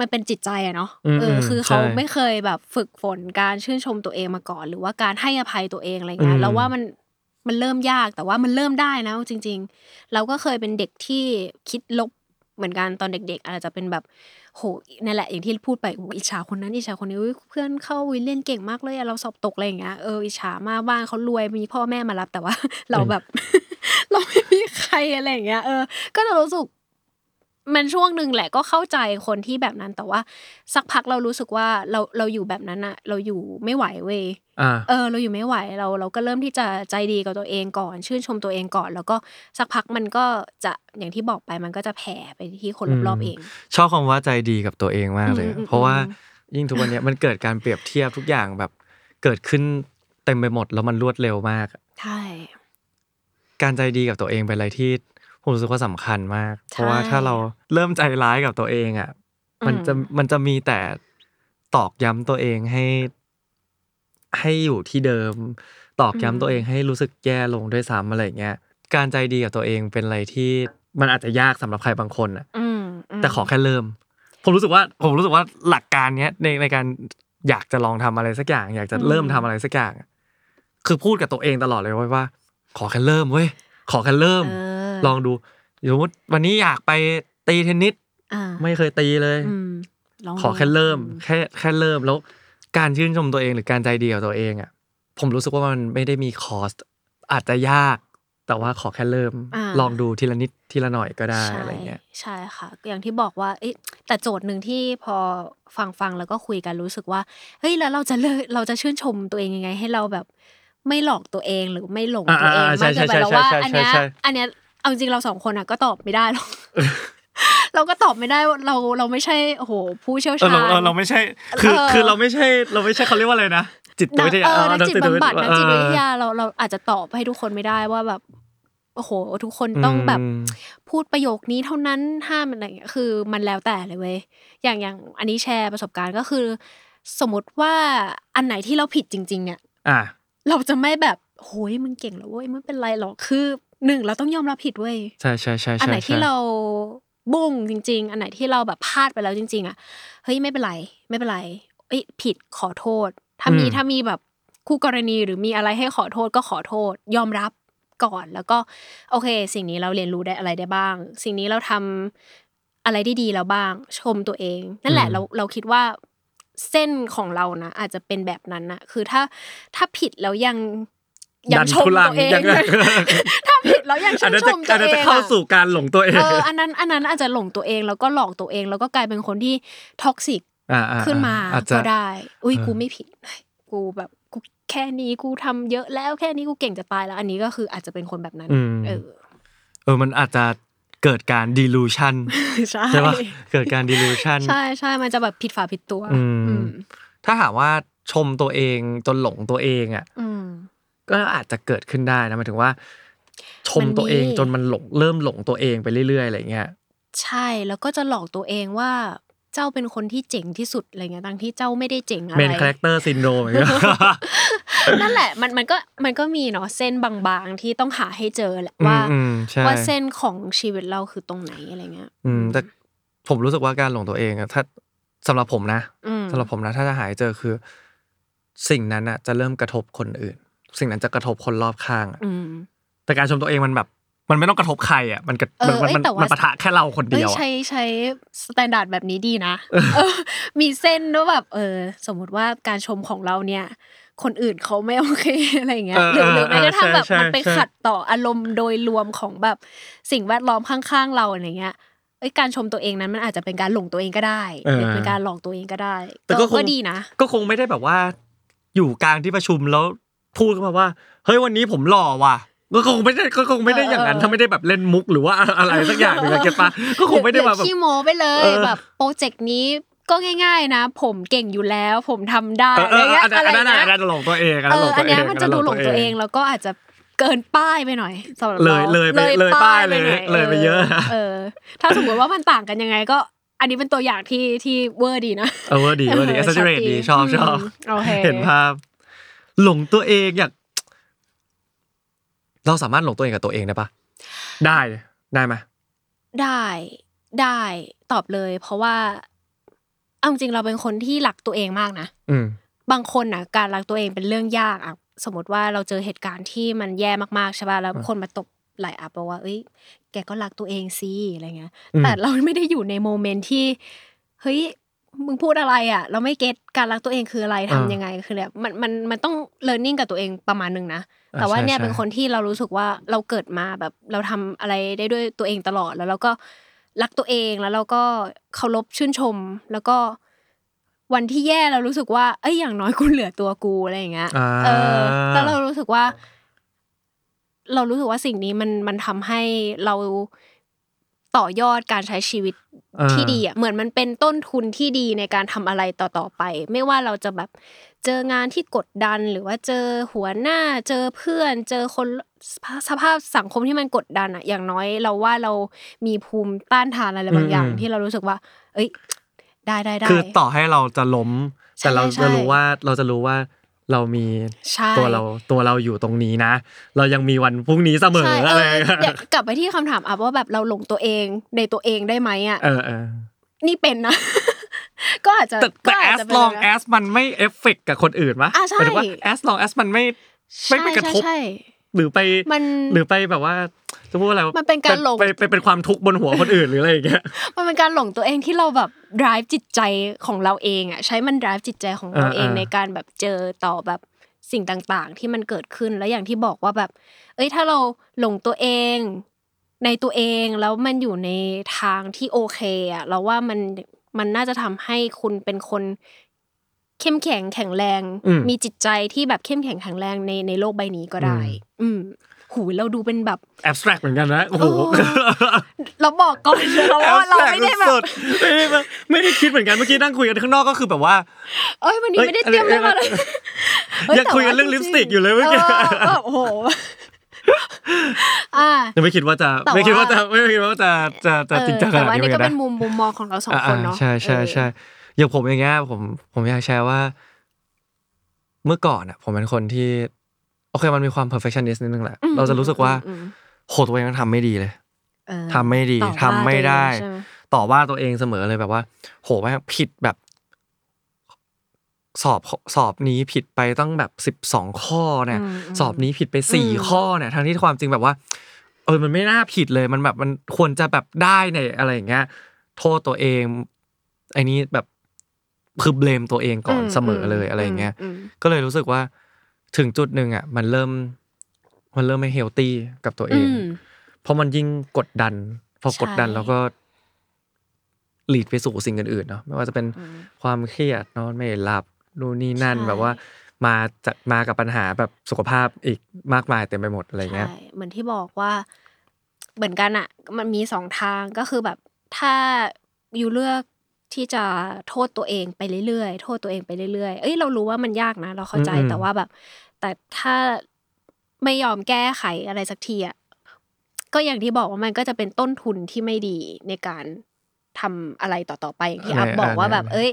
[SPEAKER 3] มันเป็นจิตใจอะเนาะ
[SPEAKER 2] อืม
[SPEAKER 3] เอออ
[SPEAKER 2] ม
[SPEAKER 3] คือเขา
[SPEAKER 2] ใช่
[SPEAKER 3] ไม่เคยแบบฝึกฝนการชื่นชมตัวเองมาก่อน หรือว่าการให้อภัยตัวเองอะไรเงี้
[SPEAKER 2] อื
[SPEAKER 3] ย
[SPEAKER 2] ม
[SPEAKER 3] เราว่ามันมันเริ่มยากแต่ว่ามันเริ่มได้นะจริง ๆ เราก็เคยเป็นเด็กที่คิดลบเหมือนกันตอนเด็ก ๆ อาจจะเป็นแบบโหนั่นแหละอย่างที่พูดไปโอ้อิจฉาคนนั้นอิจฉาคนนี้อุ๊ยเพื่อนเข้าวิเลียนเก่งมากเลยอะเราสอบตกอะไรอย่างเงี้ยเอออิจฉามากบ้านเขารวยมีพ่อแม่มารับแต่ว่า เราแบบ เราไม่มีใครอะไรอย่างเงี้ยเออ ก็จะรู้สึกมันช่วงหนึ่งแหละก็เข้าใจคนที่แบบนั้นแต่ว่า สักพักเรารู้สึกว่าเราเราอยู่แบบนั้นอะเราอยู่ไม่ไหวเว้ย
[SPEAKER 2] อ่า
[SPEAKER 3] เออเราอยู่ไม่ไหวเราเราก็เริ่มที่จะใจดีกับตัวเองก่อน ชื่นชมตัวเองก่อน แล้วก็สักพักมันก็จะอย่างที่บอกไปมันก็จะแผ่ไปที่คนรอบ
[SPEAKER 2] อืม
[SPEAKER 3] ๆเอง
[SPEAKER 2] ชอบคำว่าใจดีกับตัวเองมากเลย
[SPEAKER 3] อืมอืม
[SPEAKER 2] เพราะว่า
[SPEAKER 3] อืม
[SPEAKER 2] ยิ่งทุกวันเนี้ยมันเกิดการเปรียบเทียบทุกอย่างแบบเกิดขึ้นเต็มไปหมดแล้วมันรวดเร็วมาก
[SPEAKER 3] ใช่
[SPEAKER 2] การใจดีกับตัวเองเป็นอะไรที่ผมรู้สึกว่าสำคัญมาก
[SPEAKER 3] ใช่
[SPEAKER 2] เพราะว่าถ้าเราเริ่มใจร้ายกับตัวเองอ่ะ
[SPEAKER 3] อืม
[SPEAKER 2] มันจะมันจะมีแต่ตอกย้ำตัวเองให้ ให้อยู่ที่เดิม ตอกย้ำตัวเองให้รู้สึกแย่ลงด้วยซ้ำอะไรอย่างเงี้ยการใจดีกับตัวเองเป็นอะไรที่มันอาจจะยากสำหรับใครบางคนอ่ะ
[SPEAKER 3] อืมม
[SPEAKER 2] แต่ขอแค่เริ่ม ผมรู้สึกว่าผมรู้สึกว่าหลักการเนี้ยในในการอยากจะลองทำอะไรสักอย่าง อยากจะเริ่มทำอะไรสักอย่าง คือพูดกับตัวเองตลอดเลยเว้ยว่า ขอแค่เริ่มเว้ยขอแค่เริ่ม
[SPEAKER 3] เออ อ
[SPEAKER 2] ลองดูสมมติวันนี้อยากไปตีเทนนิส
[SPEAKER 3] อ่า
[SPEAKER 2] ไม่เคยตีเลย
[SPEAKER 3] อืมลงดู
[SPEAKER 2] ขอแค่เริ่มแค่แค่เริ่มแล้วการชื่นชมตัวเองหรือการใจดีกับตัวเองอ่ะผมรู้สึกว่ามันไม่ได้มีคอสอาจจะยาก แต่ว่าขอแค่เริ่ม
[SPEAKER 3] า
[SPEAKER 2] ลองดูทีละนิดทีละหน่อยก็ได้
[SPEAKER 3] ใช่
[SPEAKER 2] อะไรเงี้ย
[SPEAKER 3] ใช่ค่ะ อย่างที่บอกว่าเอ๊ะแต่โจทย์หนึ่งที่พอฟังฟังแล้วก็คุยกันรู้สึกว่าเฮ้ยแล้วเราจะเลิกเราจะชื่นชมตัวเองยังไง ให้เราแบบไม่หลอกตัวเองหรือไม่หลงตัวเอง
[SPEAKER 2] อ่าๆๆใช่
[SPEAKER 3] มากเกินไป
[SPEAKER 2] ใช่
[SPEAKER 3] แล้วว่า
[SPEAKER 2] ใช่ใช่
[SPEAKER 3] อันเนี้ย
[SPEAKER 2] ใช่
[SPEAKER 3] อันเนี้ยเอาจริงเราสองคนอ่ะก็ตอบไม่ได้หรอกเราก็ตอบไม่ได้ว่าเราเราไม่ใช่โอ้โหผู้เชี่ยว
[SPEAKER 2] เออ
[SPEAKER 3] ชา
[SPEAKER 2] เรา
[SPEAKER 3] ญ
[SPEAKER 2] เราเราไม่ใช่ คือ
[SPEAKER 3] เออ
[SPEAKER 2] คือเราไม่ใช่เราไม่ใช่เขาเรียกว่าอะไรนะจิต
[SPEAKER 3] นัก
[SPEAKER 2] วิทยา
[SPEAKER 3] เออนักจิตบำบัด
[SPEAKER 2] เออ
[SPEAKER 3] นั
[SPEAKER 2] ก
[SPEAKER 3] จิตวิทยาเราเราอาจจะตอบให้ทุกคนไม่ได้ว่าแบบโอ้โห ทุกคนต้องแบบ
[SPEAKER 2] ม
[SPEAKER 3] พูดประโยคนี้เท่านั้นห้ามอะไรอย่างเงี้ยคือมันแล้วแต่เลยเว้ยอย่างอย่างอันนี้แชร์ประสบการณ์ก็คือ สมมติว่าอันไหนที่เราผิดจริง ๆ เนี่ย
[SPEAKER 2] อ่ะ
[SPEAKER 3] เราจะไม่แบบโหยมึงเก่งแล้วเว้ยไม่เป็นไรหรอกคือหนึ่งเราต้องยอมรับผิดเว้ย
[SPEAKER 2] ใช่ใช่ใช่ใช่
[SPEAKER 3] อันไหนที่
[SPEAKER 2] ใช่
[SPEAKER 3] เราบุ้งจริง ๆ อันไหนที่เราแบบพลาดไปแล้วจริง ๆ อ่ะเฮ้ยไม่เป็นไร ไม่เป็นไรเอ้ยผิดขอโทษ ถ้ามีถ้ามีแบบคู่กรณีหรือมีอะไรให้ขอโทษก็ขอโทษ ยอมรับ ก่อนแล้วก็โอเค สิ่งนี้เราเรียนรู้ได้อะไรได้บ้าง สิ่งนี้เราทำอะไรได้ดีแล้วบ้าง ชมตัวเอง นั่นแหละเราเราคิดว่าเส้นของเรานะอาจจะเป็นแบบนั้นนะคือถ้าถ้าผิดแล้วยังยั
[SPEAKER 2] ดั
[SPEAKER 3] ง
[SPEAKER 2] น
[SPEAKER 3] ชม
[SPEAKER 2] ทุลั
[SPEAKER 3] ตัวเอง
[SPEAKER 2] ยั
[SPEAKER 3] ถ้าผิดแล้วยังชื่
[SPEAKER 2] อัน
[SPEAKER 3] น
[SPEAKER 2] นั้น
[SPEAKER 3] ช
[SPEAKER 2] จะ
[SPEAKER 3] ม
[SPEAKER 2] อั
[SPEAKER 3] ตั
[SPEAKER 2] น
[SPEAKER 3] ว
[SPEAKER 2] นั้น
[SPEAKER 3] เอ
[SPEAKER 2] จะ
[SPEAKER 3] ง
[SPEAKER 2] เข้า
[SPEAKER 3] อะ
[SPEAKER 2] สู่การหลงตัวเอง
[SPEAKER 3] เอออันนั้นอันนั้นอาจจะหลงตัวเองแล้วก็หลอกตัวเองแล้วก็กลายเป็นคนที่ท็อกซิก
[SPEAKER 2] อ่าอ่อ่
[SPEAKER 3] ขึ้นมา
[SPEAKER 2] อาจจะ
[SPEAKER 3] ก็ได้ อุ้ย
[SPEAKER 2] เออ
[SPEAKER 3] กูไม่ผิดกูแบบกูแค่นี้กูทำเยอะแล้วแค่นี้กูเก่งจะตายแล้ว อันนี้ก็คืออาจจะเป็นคนแบบนั้น
[SPEAKER 2] อืม
[SPEAKER 3] เออ
[SPEAKER 2] เออมันอาจจะเกิดการ delusion
[SPEAKER 3] ใช่
[SPEAKER 2] ใช่ปะเกิดการ delusion
[SPEAKER 3] ใช่ใช่มันจะแบบผิดฝาผิดตัว
[SPEAKER 2] อืม
[SPEAKER 3] อืม
[SPEAKER 2] ถ้าหากว่าชมตัวเองจนหลงตัวเองอ่ะ
[SPEAKER 3] อืม
[SPEAKER 2] ก็อาจจะเกิดขึ้นได้นะหมายถึงว่า ชม
[SPEAKER 3] มันมี
[SPEAKER 2] ตัวเองจนมันหลงเริ่มหลงตัวเองไปเรื่อยๆอะไรเงี้ย
[SPEAKER 3] ใช่แล้วก็จะหลอกตัวเองว่าเจ้าเป็นคนที่เจ๋งที่สุดอะไรเงี้ยทั้งที่เจ้าไม่ได้เจ๋งอะไร
[SPEAKER 2] main character syndrome อย่างเงี้ย
[SPEAKER 3] นั่นแหละมันมันก็มันก็มีเนาะเส้นบางๆที่ต้องหาให้เจอแหละว่า
[SPEAKER 2] อืมอืมใช่
[SPEAKER 3] ว่าเส้นของชีวิตเราคือตรงไหนอะไรเงี้ย
[SPEAKER 2] อืมแต่ผมรู้สึกว่าการหลงตัวเองอะถ้าสำหรับผมนะ
[SPEAKER 3] อืม
[SPEAKER 2] สำหรับผมนะถ้าจะหายเจอคือ สิ่งนั้นอะจะเริ่มกระทบคนอื่น สิ่งนั้นจะกระทบคนรอบข้างอะ
[SPEAKER 3] อืม
[SPEAKER 2] แต่การชมตัวเองมันแบบ มันไม่ต้องกระทบใครอะมันกระ
[SPEAKER 3] เออ
[SPEAKER 2] มันมัน
[SPEAKER 3] เอ้ยแต่ว่ามั
[SPEAKER 2] มันปะทะแค่เราคน
[SPEAKER 3] เอ้
[SPEAKER 2] เดี
[SPEAKER 3] ย
[SPEAKER 2] ยวอะ
[SPEAKER 3] ใช้ใช้สแตนดาร์ดแบบนี้ดีนะเออ มีเส้นด้วยแบบเออ สมมุติว่าการชมของเราเนี่ย คนอื่นเขาไม่โอเค อะไรเงี้ยหรือหรือแม้กระทั่งแบบมันไปขัดต่ออารมณ์โดยรวมของแบบสิ่งแวดล้อมข้างๆเราอะไรเงี้ยเอ้ยการชมตัวเองนั้นมันอาจจะเป็นการหลงตัวเองก็ได้หรือเป็นการหลอกตัวเองก็ได้
[SPEAKER 2] แต่
[SPEAKER 3] ก็
[SPEAKER 2] ก็คง
[SPEAKER 3] ก็ดีนะ
[SPEAKER 2] ก็คงไม่ได้แบบว่า อยู่กลางที่ประชุมแล้วพูดขึ้นมาว่าเฮ้ยวันนี้ผมหล่อว่ะก็คงไม่ได้ก็คงไม่ได้อย่างนั้น ถ้าไม่ได้แบบเล่นมุกหรือว่าอะไรสักอย่างหนึ่งอะเก็บปะก็คงไม่ได้
[SPEAKER 3] หรือ
[SPEAKER 2] มาแบบ
[SPEAKER 3] ขี้โมไปเลย
[SPEAKER 2] เออ
[SPEAKER 3] แบบโปรเจกต์นี้ก็ง่าย ๆนะ ผมเก่งอยู่แล้ว ผมทำได้
[SPEAKER 2] เออเอ
[SPEAKER 3] อะไร
[SPEAKER 2] อ
[SPEAKER 3] เงี้ย
[SPEAKER 2] อันนั้น
[SPEAKER 3] อะ
[SPEAKER 2] อัน
[SPEAKER 3] ไร
[SPEAKER 2] นั้น
[SPEAKER 3] นะ
[SPEAKER 2] อันนั้นหลงตัวเองอัน
[SPEAKER 3] เอ
[SPEAKER 2] นั้นหล
[SPEAKER 3] อง อั
[SPEAKER 2] ตัว
[SPEAKER 3] น
[SPEAKER 2] เอ
[SPEAKER 3] เนี้ย
[SPEAKER 2] ง
[SPEAKER 3] มันจะดูหลงตัวเองแล้วก็อาจจะเกินป้ายไปหน่อยสำหรับ
[SPEAKER 2] เล
[SPEAKER 3] เรา
[SPEAKER 2] ยเลยไปเลยป้ายเลย
[SPEAKER 3] หน่อ
[SPEAKER 2] เลยไปเยอะอะ
[SPEAKER 3] เออ ถ้าสมมติว่ามันต่างกันยังไงก็ อันนี้เป็นตัวอย่างที่ที่เวอร์ดีนะ
[SPEAKER 2] เออเวอร์ดีเวอ ร์ดี
[SPEAKER 3] เอ
[SPEAKER 2] e
[SPEAKER 3] อ
[SPEAKER 2] x a g g e r a t e ดีชอบชอบ
[SPEAKER 3] มโอเค
[SPEAKER 2] เห็นภาพ หลงตัวเองอยากเราสามารถหลงตัวเองกับตัวเองได้ปะได้ได้ไหม
[SPEAKER 3] ได้ได้ตอบเลย เพราะว่าเอาจริงๆเราเป็นคนที่รักตัวเองมากนะ
[SPEAKER 2] อืม
[SPEAKER 3] บางคนอ่ะการรักตัวเองเป็นเรื่องยากอ่ะสมมติว่าเราเจอเหตุการณ์ที่มันแย่มากๆใช่ป่ะแล้ว
[SPEAKER 2] อืม
[SPEAKER 3] คนมาตบไหลอัพบอกว่า เอ้ย แกก็รักตัวเองสิอะไรเงี้ย
[SPEAKER 2] อืม
[SPEAKER 3] แต่เราไม่ได้อยู่ในโมเมนต์ที่เฮ้ยมึงพูดอะไรอ่ะ เราไม่เก็ตการรักตัวเองคืออะไรทำยังไงคือแบบมันมันมันต้องเลิร์นนิ่งกับตัวเองประมาณนึงนะ
[SPEAKER 2] อ่ะ
[SPEAKER 3] แต่ว่าเนี่ย
[SPEAKER 2] ใช่
[SPEAKER 3] เป็นคนที่เรารู้สึกว่าเราเกิดมาแบบเราทำอะไรได้ด้วยตัวเองตลอดแล้วเราก็รักตัวเองแล้วเราก็เคารพชื่นชม แล้วก็วันที่แย่เรารู้สึกว่าเอ้ยอย่างน้อยกูเหลือตัวกูอะไรอย่างเงี้ย
[SPEAKER 2] อ่า
[SPEAKER 3] เออแล้วเรารู้สึกว่า เรารู้สึกว่าสิ่งนี้มันมันทำให้เราต่อยอดการใช้ชีวิต
[SPEAKER 2] เออ
[SPEAKER 3] ที่ดีอ่ะเหมือนมันเป็นต้นทุนที่ดีในการทำอะไรต่อๆไป ไม่ว่าเราจะแบบเจองานที่กดดันหรือว่าเจอหัวหน้าเจอเพื่อน เจอคนสภาพสังคมที่มันกดดันอ่ะ อย่างน้อยเราว่าเรามีภูมิต้านทานอะไรบางอย่าง
[SPEAKER 2] อืม
[SPEAKER 3] ที่เรารู้สึกว่า เอ้ย ได้ได้ได้
[SPEAKER 2] คือต่อให้เราจะล้ม
[SPEAKER 3] ใช่
[SPEAKER 2] แต่เรา
[SPEAKER 3] ใช่
[SPEAKER 2] จะรู้ว่าเราจะรู้ว่าเรามี
[SPEAKER 3] ใช่
[SPEAKER 2] ตัวเราตัวเราอยู่ตรงนี้นะ เรายังมีวันพรุ่งนี้เสมอ
[SPEAKER 3] ใช่เอ
[SPEAKER 2] อะไร
[SPEAKER 3] อเดี๋ยวกลับไปที่คำถามอ่ะว่าแบบเราหลงตัวเองในตัวเองได้ไหมอ่ะ
[SPEAKER 2] เออเออ
[SPEAKER 3] นี่เป็นนะ ก็อาจจะ
[SPEAKER 2] แต่แต่
[SPEAKER 3] ก็อาจ
[SPEAKER 2] as
[SPEAKER 3] จะเป็น
[SPEAKER 2] long
[SPEAKER 3] นะ
[SPEAKER 2] as มันไม่เอฟเฟกกับคนอื่นมะ
[SPEAKER 3] อ่ะใช่
[SPEAKER 2] หมายถึงว่า as long as มันไม่ ไม่ไปกระทบ
[SPEAKER 3] ใช่ใช่ใช่
[SPEAKER 2] หรือไป
[SPEAKER 3] มัน
[SPEAKER 2] หรือไปแบบว่าจะพูดว่าอะไรวะ
[SPEAKER 3] มันเป็นการหลง
[SPEAKER 2] ไปไปเป็นความทุกข์บนหัวคนอื่นหรืออะไร อย่างเงี้ย
[SPEAKER 3] มันเป็นการหลงตัวเองที่เราแบบ drive จิตใจของเราเองอ่ะใช้มัน drive จิตใจของเรา
[SPEAKER 2] อ่า
[SPEAKER 3] เอง
[SPEAKER 2] อ่า
[SPEAKER 3] ในการแบบเจอต่อแบบสิ่งต่างๆ ที่มันเกิดขึ้นแล้วอย่างที่บอกว่าแบบ เอ้ยถ้าเราหลงตัวเองในตัวเองแล้วมันอยู่ในทางที่โอเคอ่ะเราว่ามันมันน่าจะทำให้คุณเป็นคนเข้มแข็งแข็งแรง
[SPEAKER 2] อืม
[SPEAKER 3] มีจิตใจที่แบบเข้มแข็งแข็งแรงในในโลกใบนี้ก็ได้
[SPEAKER 2] อืม
[SPEAKER 3] อืมหูยเราดูเป็นแบบ
[SPEAKER 2] แอบสแตรกเหมือนกันนะโอ้โห
[SPEAKER 3] โอ้ เราบอกก่ อนเราว่าเราไม่ได้แบบ
[SPEAKER 2] สุดๆไม่ได้แบบไม่ได้คิดเหมือนกันเมื่อกี้นั่งคุยกันข้างนอกก็คือแบบว่า
[SPEAKER 3] เอ้ยวันนี้
[SPEAKER 2] เอ้ย
[SPEAKER 3] ไม่ได้เตรียมอะไรมาเลย
[SPEAKER 2] เอ้ยยังคุยกันเรื่องลิปสติกอยู่เลยเมื่อกี้
[SPEAKER 3] เออโอ้ โหอ่า
[SPEAKER 2] ยังไม่คิดว่าจะ
[SPEAKER 3] แต่ว่า
[SPEAKER 2] ไม่คิดว่าจะไม่คิดว่าจะจะจะจริงจังข
[SPEAKER 3] แต่
[SPEAKER 2] นาด
[SPEAKER 3] ว่า
[SPEAKER 2] นี้เหมื
[SPEAKER 3] นี่
[SPEAKER 2] อน
[SPEAKER 3] ก็
[SPEAKER 2] กัน
[SPEAKER 3] เป็
[SPEAKER 2] นะ
[SPEAKER 3] นมุมมุมมองของเราสอง
[SPEAKER 2] อ่า
[SPEAKER 3] คนเนาะ
[SPEAKER 2] ๆใช่ใช่ใช่อย่างผมอย่างเงี้ยผมผมอยากแชร์ว่า เมื่อก่อนอ่ะ ผมเป็นคนที่ โอเคมันมีความ perfectionist นิดนึงแหละ
[SPEAKER 3] ออ
[SPEAKER 2] เราจะรู้สึกว่า
[SPEAKER 3] อืม
[SPEAKER 2] โหตัวเองมันทำไม่ดีเลย
[SPEAKER 3] เออ
[SPEAKER 2] ทำไม่ดี
[SPEAKER 3] ต่อว่า
[SPEAKER 2] ทำไม่ได้
[SPEAKER 3] ตัวเองใช่หม
[SPEAKER 2] ต่อว่าตัวเองเสมอเลยแบบว่า โหว่าผิดแบบ สอบสอบนี้ผิดไปตั้งแบบสิบสองข้อเนี่ย
[SPEAKER 3] มม
[SPEAKER 2] สอบนี้ผิดไปสี่
[SPEAKER 3] อืม
[SPEAKER 2] ข้อเนี่ยทั้งที่ความจริงแบบว่า เออมันไม่น่าผิดเลยมันแบบมันควรจะแบบได้ในอะไรอย่างเงี้ยโทษตัวเองไอ้นี้แบบคือเบลมตัวเองก่อนเสมอเลยอะไรอย่างเงี้ย
[SPEAKER 3] ม
[SPEAKER 2] ก็เลยรู้สึกว่าถึงจุดหนึ่งอ่ะ มันเริ่ม มันเริ่มไม่เฮลตี้กับตัวเอ
[SPEAKER 3] อื
[SPEAKER 2] ง
[SPEAKER 3] ม
[SPEAKER 2] เพราะมันยิ่งกดดัน พอกดดัน
[SPEAKER 3] ใช่
[SPEAKER 2] แล้วก็หลีดไปสู่สิ่งอื่นๆเนาะไม่ว่าจะเป็น
[SPEAKER 3] อืม
[SPEAKER 2] ความเครียดนอนไม่หลับนู่นนี่นั่น
[SPEAKER 3] ใช่
[SPEAKER 2] แบบว่า มาจากมากับปัญหาแบบสุขภาพอีกมากมายเต็มไปหมดอะไรเงี้ย
[SPEAKER 3] ใช่เหมือนที่บอกว่า เหมือนกันอะมันมีสองทางก็คือแบบถ้าอยู่เลือกที่จะโทษตัวเองไปเรื่อยๆ โทษตัวเองไปเรื่อยๆ เอ้ยเรารู้ว่ามันยากนะ เราเข้าใจ
[SPEAKER 2] อืมๆ
[SPEAKER 3] แต่ว่าแบบ แต่ถ้าไม่ยอมแก้ไขอะไรสักทีอะก็อย่างที่บอกว่ามันก็จะเป็นต้นทุนที่ไม่ดีในการทำอะไรต่อๆไปอย่างที่อัพ
[SPEAKER 2] ใช่
[SPEAKER 3] บอกว่า
[SPEAKER 2] อ่า
[SPEAKER 3] แบบ เอ้ย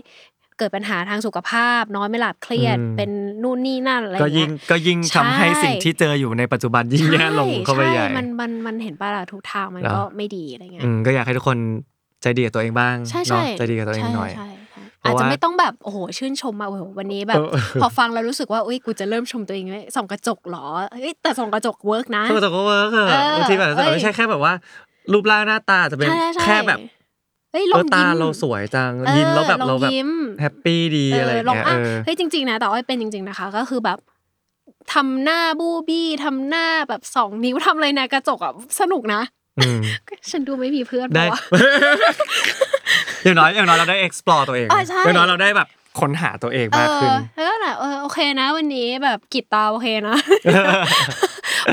[SPEAKER 3] เกิดปัญหาทางสุขภาพนอนไม่หลับเครียด
[SPEAKER 2] อืม
[SPEAKER 3] เป็นนู่นนี่นั่นอะไรอ
[SPEAKER 2] ก็
[SPEAKER 3] ย่าง
[SPEAKER 2] ยิ่
[SPEAKER 3] เงี้
[SPEAKER 2] ง
[SPEAKER 3] ย
[SPEAKER 2] ก็ยิ่งทำให้สิ่ง
[SPEAKER 3] ใช่
[SPEAKER 2] ที่เจออยู่ในปัจจุบันยิ่งแย่ลงเข้าไปใหญ่
[SPEAKER 3] มันมันมันเห็นป่ะล่ะทุกทางมัน
[SPEAKER 2] เนอะ
[SPEAKER 3] ก็ไม่ดีอะไรเงี้ย
[SPEAKER 2] อืมก็อยากให้ทุกคนใจดีกับตัวเองบ้าง
[SPEAKER 3] ใช่
[SPEAKER 2] เนาะ
[SPEAKER 3] ใช่
[SPEAKER 2] ใจดีกับตัวเองหน่อย
[SPEAKER 3] ใช่ใช่ใช่
[SPEAKER 2] เพ
[SPEAKER 3] อาจ
[SPEAKER 2] ราะว่า
[SPEAKER 3] จะไม่ต้องแบบโอ้โหชื่นชมมาโอ้โหวันนี้แบบ
[SPEAKER 2] เออ
[SPEAKER 3] พอฟังแล้วรู้สึกว่าอุ้ยกูจะเริ่มชมตัวเองไหมส่องกระจกเหรอเอ้ยแต่ส่องกระจกเวิร์กนะ
[SPEAKER 2] ก็จะก็เวิร์กอะ
[SPEAKER 3] เออบ
[SPEAKER 2] างทีแบบรู้สึกว่า
[SPEAKER 3] เอ้ย
[SPEAKER 2] ไม่ใช่แค่แบบว่า รูปร่างหน้าตาอาจจะเป็น
[SPEAKER 3] ใช่ใช่
[SPEAKER 2] แค่แบบ
[SPEAKER 3] เอ้ยล
[SPEAKER 2] เอ
[SPEAKER 3] อง
[SPEAKER 2] อตา
[SPEAKER 3] ยิ้ม
[SPEAKER 2] เราสวยจัง
[SPEAKER 3] เออ
[SPEAKER 2] ยิ้มแล้วแบบ
[SPEAKER 3] ลอง
[SPEAKER 2] เราแบบ
[SPEAKER 3] ยิ้ม
[SPEAKER 2] แฮปปี้ดีอะไรอย่าง
[SPEAKER 3] ลอง
[SPEAKER 2] เงี้ย
[SPEAKER 3] อ่ะ
[SPEAKER 2] เออ
[SPEAKER 3] เฮ้ยจริง ๆ นะแต่อ้อยเป็นจริง ๆนะคะ ก็คือแบบทำหน้าบูบี้ทำหน้าแบบสองนิ้วทำอะไรในะกระจกอ่ะสนุกนะ
[SPEAKER 2] อืม
[SPEAKER 3] ฉันดูไม่มีเพื่อน
[SPEAKER 2] ได้
[SPEAKER 3] ปะวะ
[SPEAKER 2] อย่างน้อยอย่างน้อยเราได้ explore ตัวเอง
[SPEAKER 3] อ่าใช่
[SPEAKER 2] อย่างน้อยเราได้แบบค้นหาตัวเองมากขึ้น
[SPEAKER 3] เออแล้วก็แบบเออโอเคนะวันนี้แบบกรีดตาโอเคนะ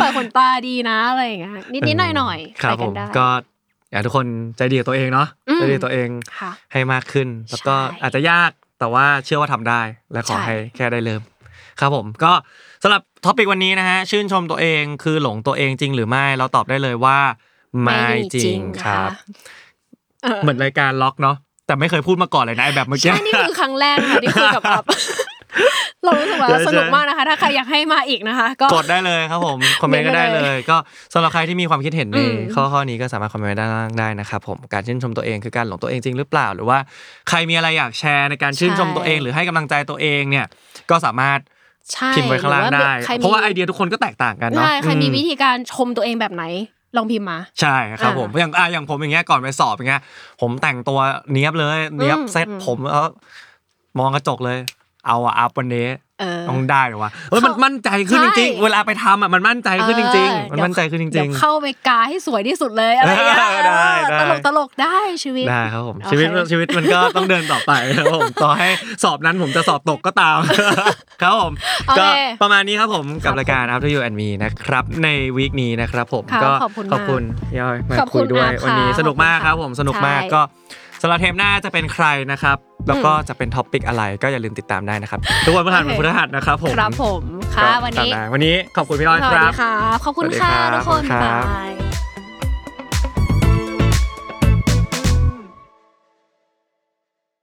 [SPEAKER 3] ปล่อยขนตาดีนะอะไรอย่างเงี้ยนิดนิดหน่อยหน่อยๆ
[SPEAKER 2] ครับ
[SPEAKER 3] ไป
[SPEAKER 2] ผ
[SPEAKER 3] กัน
[SPEAKER 2] ม
[SPEAKER 3] ได้
[SPEAKER 2] ก็อยากให้ทุกคนใจดีกับตัวเองเนาะ
[SPEAKER 3] อืม
[SPEAKER 2] ใจดีกับตัวเอง
[SPEAKER 3] ค่ะ
[SPEAKER 2] ให้มากขึ้น แล้วก็
[SPEAKER 3] ใช่
[SPEAKER 2] อาจจะยากแต่ว่าเชื่อว่าทำได้ และขอ
[SPEAKER 3] ใช่
[SPEAKER 2] ให้แค่ได้เริ่มครับผมก็สำหรับท็อปิกวันนี้นะฮะชื่นชมตัวเองคือหลงตัวเองจริงหรือไม่เราตอบได้เลยว่าไม่จริงครับ
[SPEAKER 3] เออ
[SPEAKER 2] เหมือนรายการล็อกเนาะแต่ไม่เคยพูดมาก่อนเลยนะไอ้แบบเมื่อกี้
[SPEAKER 3] ใช่นี่คือครั้งแรกค่ะที่คุยกับอ๊ อฟ เรารู้สึกว่า
[SPEAKER 2] ใช่ใช่
[SPEAKER 3] สนุกมากนะคะ ถ้าใครอยากให้มาอีกนะคะ ก็
[SPEAKER 2] กดได้เลยครับผมคอมเมนต์ก็ได้เลย ก็สำหรับใครที่มีความคิดเห็นใน
[SPEAKER 3] อืม
[SPEAKER 2] ข้อข้อนี้ก็สามารถคอมเมนต์ด้านล่างได้นะครับผมการชื่นชมตัวเองคือการหลงตัวเองจริงหรือเปล่า หรือว่าใครมีอะไรอยากแชร์ในการชื่นชมตัวเอง
[SPEAKER 3] ใช่
[SPEAKER 2] หรือให้กำลังใจตัวเองเนี่ย ก็สามารถ
[SPEAKER 3] ใช่
[SPEAKER 2] พิมพ์ไว้ข้างล่าง
[SPEAKER 3] หอ
[SPEAKER 2] ได้
[SPEAKER 3] ใคมี
[SPEAKER 2] เพราะว่าไอเดียทุกคนก็แตกต่างกันเนาะ
[SPEAKER 3] ใช่ใครมี
[SPEAKER 2] อืม
[SPEAKER 3] วิธีการชมตัวเองแบบไหน ลองพิมพ์มา
[SPEAKER 2] ใช่ครับ
[SPEAKER 3] อ่า
[SPEAKER 2] ผมอย่างอ่ะอย่างผมอย่างเงี้ยก่อนไปสอบอย่างเงี้ยผมแต่งตัวเนี้ยบเลยเนี้ยบ
[SPEAKER 3] อืม
[SPEAKER 2] เซ็ต
[SPEAKER 3] อืม
[SPEAKER 2] ผมแล้วมองกระจกเลย เอาอะอัพวันนี้
[SPEAKER 3] เออ
[SPEAKER 2] ต้องได้หรอวะเฮ้ยมัน
[SPEAKER 3] เข้ามั่
[SPEAKER 2] มั่นใจขึ้นจ
[SPEAKER 3] ใช่
[SPEAKER 2] ริงๆ เวลาไปทำอ่ะมันมั่นใจขึ้นจริง ๆ
[SPEAKER 3] เออ
[SPEAKER 2] มันมั่นใจขึ้นจริ
[SPEAKER 3] เดี๋ยว
[SPEAKER 2] ง
[SPEAKER 3] เข้าไปกาให้สวยที่สุดเลยอะไรอย่างเงี้ย
[SPEAKER 2] ได้ได้
[SPEAKER 3] เออตลกตลกได้ชีวิต
[SPEAKER 2] ๆ ได้ครับผม
[SPEAKER 3] โอเค
[SPEAKER 2] ชีวิตชีวิตมันก็ต้องเดินต่อไปครับผม ต่อให้สอบนั้นผมจะสอบตกก็ตาม ครับผม
[SPEAKER 3] โอ
[SPEAKER 2] ก็
[SPEAKER 3] เค
[SPEAKER 2] ประมาณนี้ครับผมกับ
[SPEAKER 3] ครับ
[SPEAKER 2] รายการ After You and Me นะครับ ในวีคนี้นะครับผม
[SPEAKER 3] ค่ะ
[SPEAKER 2] ก็
[SPEAKER 3] ขอบคุณมาก
[SPEAKER 2] ขอบคุณย่อยมา
[SPEAKER 3] ขอบคุ
[SPEAKER 2] คุย
[SPEAKER 3] ณ
[SPEAKER 2] ด้วย
[SPEAKER 3] อาค่ะ
[SPEAKER 2] วันนี้สนุกมาก
[SPEAKER 3] ขอบคุณ
[SPEAKER 2] ครับผมสนุกมาก
[SPEAKER 3] ใช่
[SPEAKER 2] ก็สำหรับเทปหน้าจะเป็นใครนะครับแล้วก็จะเป็นท็อปิกอะไรก็อย่าลืมติดตามได้นะครับทุกวันพฤหัสพฤหัสนะครับผม
[SPEAKER 3] ครับผม ค่ะ
[SPEAKER 2] ก็
[SPEAKER 3] วัน
[SPEAKER 2] ตาม
[SPEAKER 3] นี้
[SPEAKER 2] ได้วันนี้ขอบคุณพี่ย้อย
[SPEAKER 3] ส
[SPEAKER 2] ค
[SPEAKER 3] วัส
[SPEAKER 2] รับ
[SPEAKER 3] ดีครับ ขอบคุณ
[SPEAKER 2] สวัสดี
[SPEAKER 3] ค่ะ
[SPEAKER 2] ครับ
[SPEAKER 3] ทุกคน
[SPEAKER 2] ขอบคุณครับ
[SPEAKER 3] ๊า
[SPEAKER 2] บ
[SPEAKER 3] ยบาย